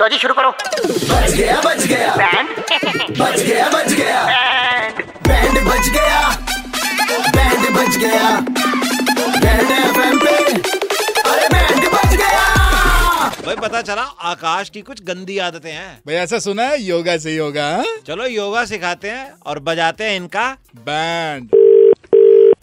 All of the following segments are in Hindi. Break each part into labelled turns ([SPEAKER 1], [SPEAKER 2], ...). [SPEAKER 1] लो जी शुरू करो
[SPEAKER 2] बच गया बच गया
[SPEAKER 1] बैंड
[SPEAKER 2] बच गया बच गया
[SPEAKER 1] बैंड
[SPEAKER 2] बैंड बच गया बैंड बच गया बैंड एफएम पे अरे बैंड बच गया
[SPEAKER 3] भाई पता चला आकाश की कुछ गंदी आदतें हैं
[SPEAKER 4] भाई ऐसा सुना है योगा से ही होगा हाँ?
[SPEAKER 3] चलो योगा सिखाते हैं और बजाते हैं इनका
[SPEAKER 4] बैंड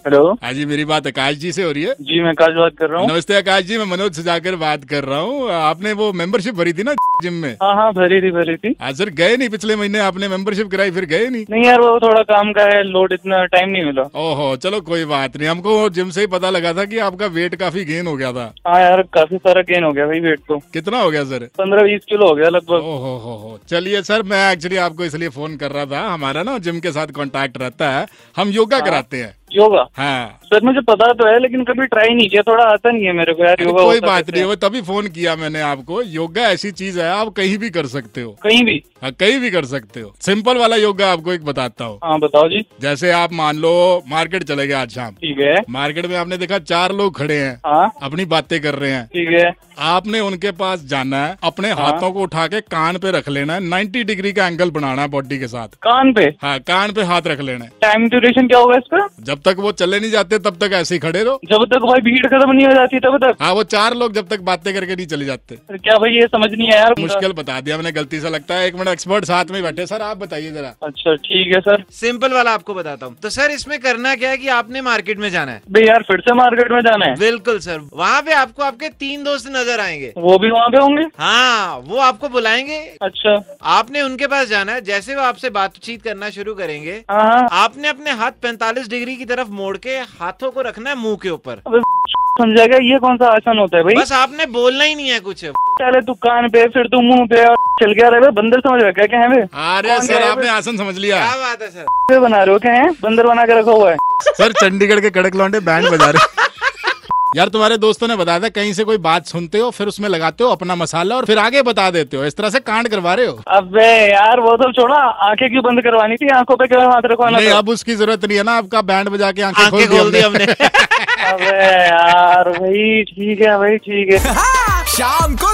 [SPEAKER 5] हेलो
[SPEAKER 4] हाँ जी मेरी बात आकाश जी से हो रही है
[SPEAKER 5] जी मैं काश बात कर रहा हूँ
[SPEAKER 4] नमस्ते आकाश जी मैं मनोज सुजाकर बात कर रहा हूँ आपने वो मेंबरशिप भरी थी ना जिम में
[SPEAKER 5] हाँ हाँ भरी थी भरी थी
[SPEAKER 4] हाँ सर गए नहीं पिछले महीने आपने मेंबरशिप कराई फिर गए नहीं
[SPEAKER 5] नहीं यार वो थोड़ा काम का है लोड इतना टाइम नहीं मिला
[SPEAKER 4] ओहो चलो कोई बात नहीं हमको वो जिम से ही पता लगा था कि आपका वेट काफी गेन हो गया था
[SPEAKER 5] हाँ यार काफी सारा गेन हो गया भाई वेट तो
[SPEAKER 4] कितना हो गया सर
[SPEAKER 5] पंद्रह बीस किलो हो गया लगभग
[SPEAKER 4] ओहो हो हो चलिए सर मैं एक्चुअली आपको इसलिए फोन कर रहा था हमारा ना जिम के साथ कांटेक्ट रहता है हम योगा कराते हैं
[SPEAKER 5] योगा
[SPEAKER 4] हाँ
[SPEAKER 5] सर मुझे पता तो है लेकिन कभी ट्राई नहीं किया थोड़ा आता नहीं है मेरे को यार
[SPEAKER 4] अरे
[SPEAKER 5] योगा
[SPEAKER 4] कोई
[SPEAKER 5] होता
[SPEAKER 4] बात
[SPEAKER 5] कैसे
[SPEAKER 4] नहीं
[SPEAKER 5] है?
[SPEAKER 4] वो तभी फोन किया मैंने आपको योगा ऐसी चीज है आप कहीं भी कर सकते हो
[SPEAKER 5] कहीं भी
[SPEAKER 4] हाँ कहीं भी कर सकते हो सिंपल वाला योगा आपको एक बताता हूँ
[SPEAKER 5] हाँ बताओ जी
[SPEAKER 4] जैसे आप मान लो मार्केट चले गए आज शाम
[SPEAKER 5] ठीक है
[SPEAKER 4] मार्केट में आपने देखा चार लोग खड़े हैं
[SPEAKER 5] हाँ
[SPEAKER 4] अपनी बातें कर रहे हैं
[SPEAKER 5] ठीक है
[SPEAKER 4] आपने उनके पास जाना है अपने
[SPEAKER 5] हाँ।
[SPEAKER 4] हाथों को उठा के कान पे रख लेना है नाइन्टी डिग्री का एंगल बनाना है बॉडी के साथ
[SPEAKER 5] कान पे
[SPEAKER 4] हाँ कान पे हाथ रख लेना है
[SPEAKER 5] टाइम ड्यूरेशन क्या होगा इसका
[SPEAKER 4] जब तक वो चले नहीं जाते तब तक ऐसे ही खड़े रहो
[SPEAKER 5] जब तक भाई भीड़ खत्म नहीं हो जाती तब तक
[SPEAKER 4] हाँ वो चार लोग जब तक बातें करके नहीं चले जाते
[SPEAKER 5] अरे क्या भाई ये समझ नहीं आया यार
[SPEAKER 4] मुश्किल बता दिया मैंने गलती से लगता है एक मिनट एक्सपर्ट साथ में ही बैठे सर आप बताइए जरा
[SPEAKER 5] अच्छा ठीक है सर
[SPEAKER 3] सिंपल वाला आपको बताता हूँ तो सर इसमें करना क्या है कि आपने मार्केट में जाना है
[SPEAKER 5] भाई यार फिर से मार्केट में जाना है
[SPEAKER 3] बिल्कुल सर वहाँ पे आपको आपके तीन दोस्त नजर आएंगे
[SPEAKER 5] वो भी वहाँ पे होंगे
[SPEAKER 3] हाँ वो आपको बुलाएंगे
[SPEAKER 5] अच्छा
[SPEAKER 3] आपने उनके पास जाना है जैसे वो आपसे बातचीत करना शुरू करेंगे
[SPEAKER 5] हाँ हाँ
[SPEAKER 3] आपने अपने हाथ 45 डिग्री की तरफ मोड़ के हाथों को रखना है मुंह के ऊपर
[SPEAKER 5] अबे समझेगा ये कौन सा आसन होता है भाई
[SPEAKER 3] बस आपने बोलना ही नहीं है कुछ
[SPEAKER 5] पहले तू कान पे फिर तू मुंह पे और चल गया रहे बंदर समझ रखा है क्या है बे?
[SPEAKER 4] अरे
[SPEAKER 5] कौन
[SPEAKER 4] सर
[SPEAKER 5] गया
[SPEAKER 4] आपने आसन समझ लिया
[SPEAKER 3] क्या बात है सर
[SPEAKER 5] बे बना रहे हो क्या है बंदर बना के रखा हुआ है
[SPEAKER 4] सर चंडीगढ़ के कड़क लौंडे बैंड बजा रहे यार तुम्हारे दोस्तों ने बताया था कहीं से कोई बात सुनते हो फिर उसमें लगाते हो अपना मसाला और फिर आगे बता देते हो इस तरह से कांड करवा रहे हो
[SPEAKER 5] अबे यार वो सब छोड़ा आंखें क्यों बंद करवानी थी आंखों पे क्यों हाथ रखवाना
[SPEAKER 4] नहीं
[SPEAKER 5] था
[SPEAKER 4] अब उसकी जरूरत नहीं है ना आपका बैंड बजा के आंखें
[SPEAKER 3] मतलब आंखें खोल दी हमने
[SPEAKER 5] अबे यार भाई ठीक है भाई ठीक है
[SPEAKER 6] शाम को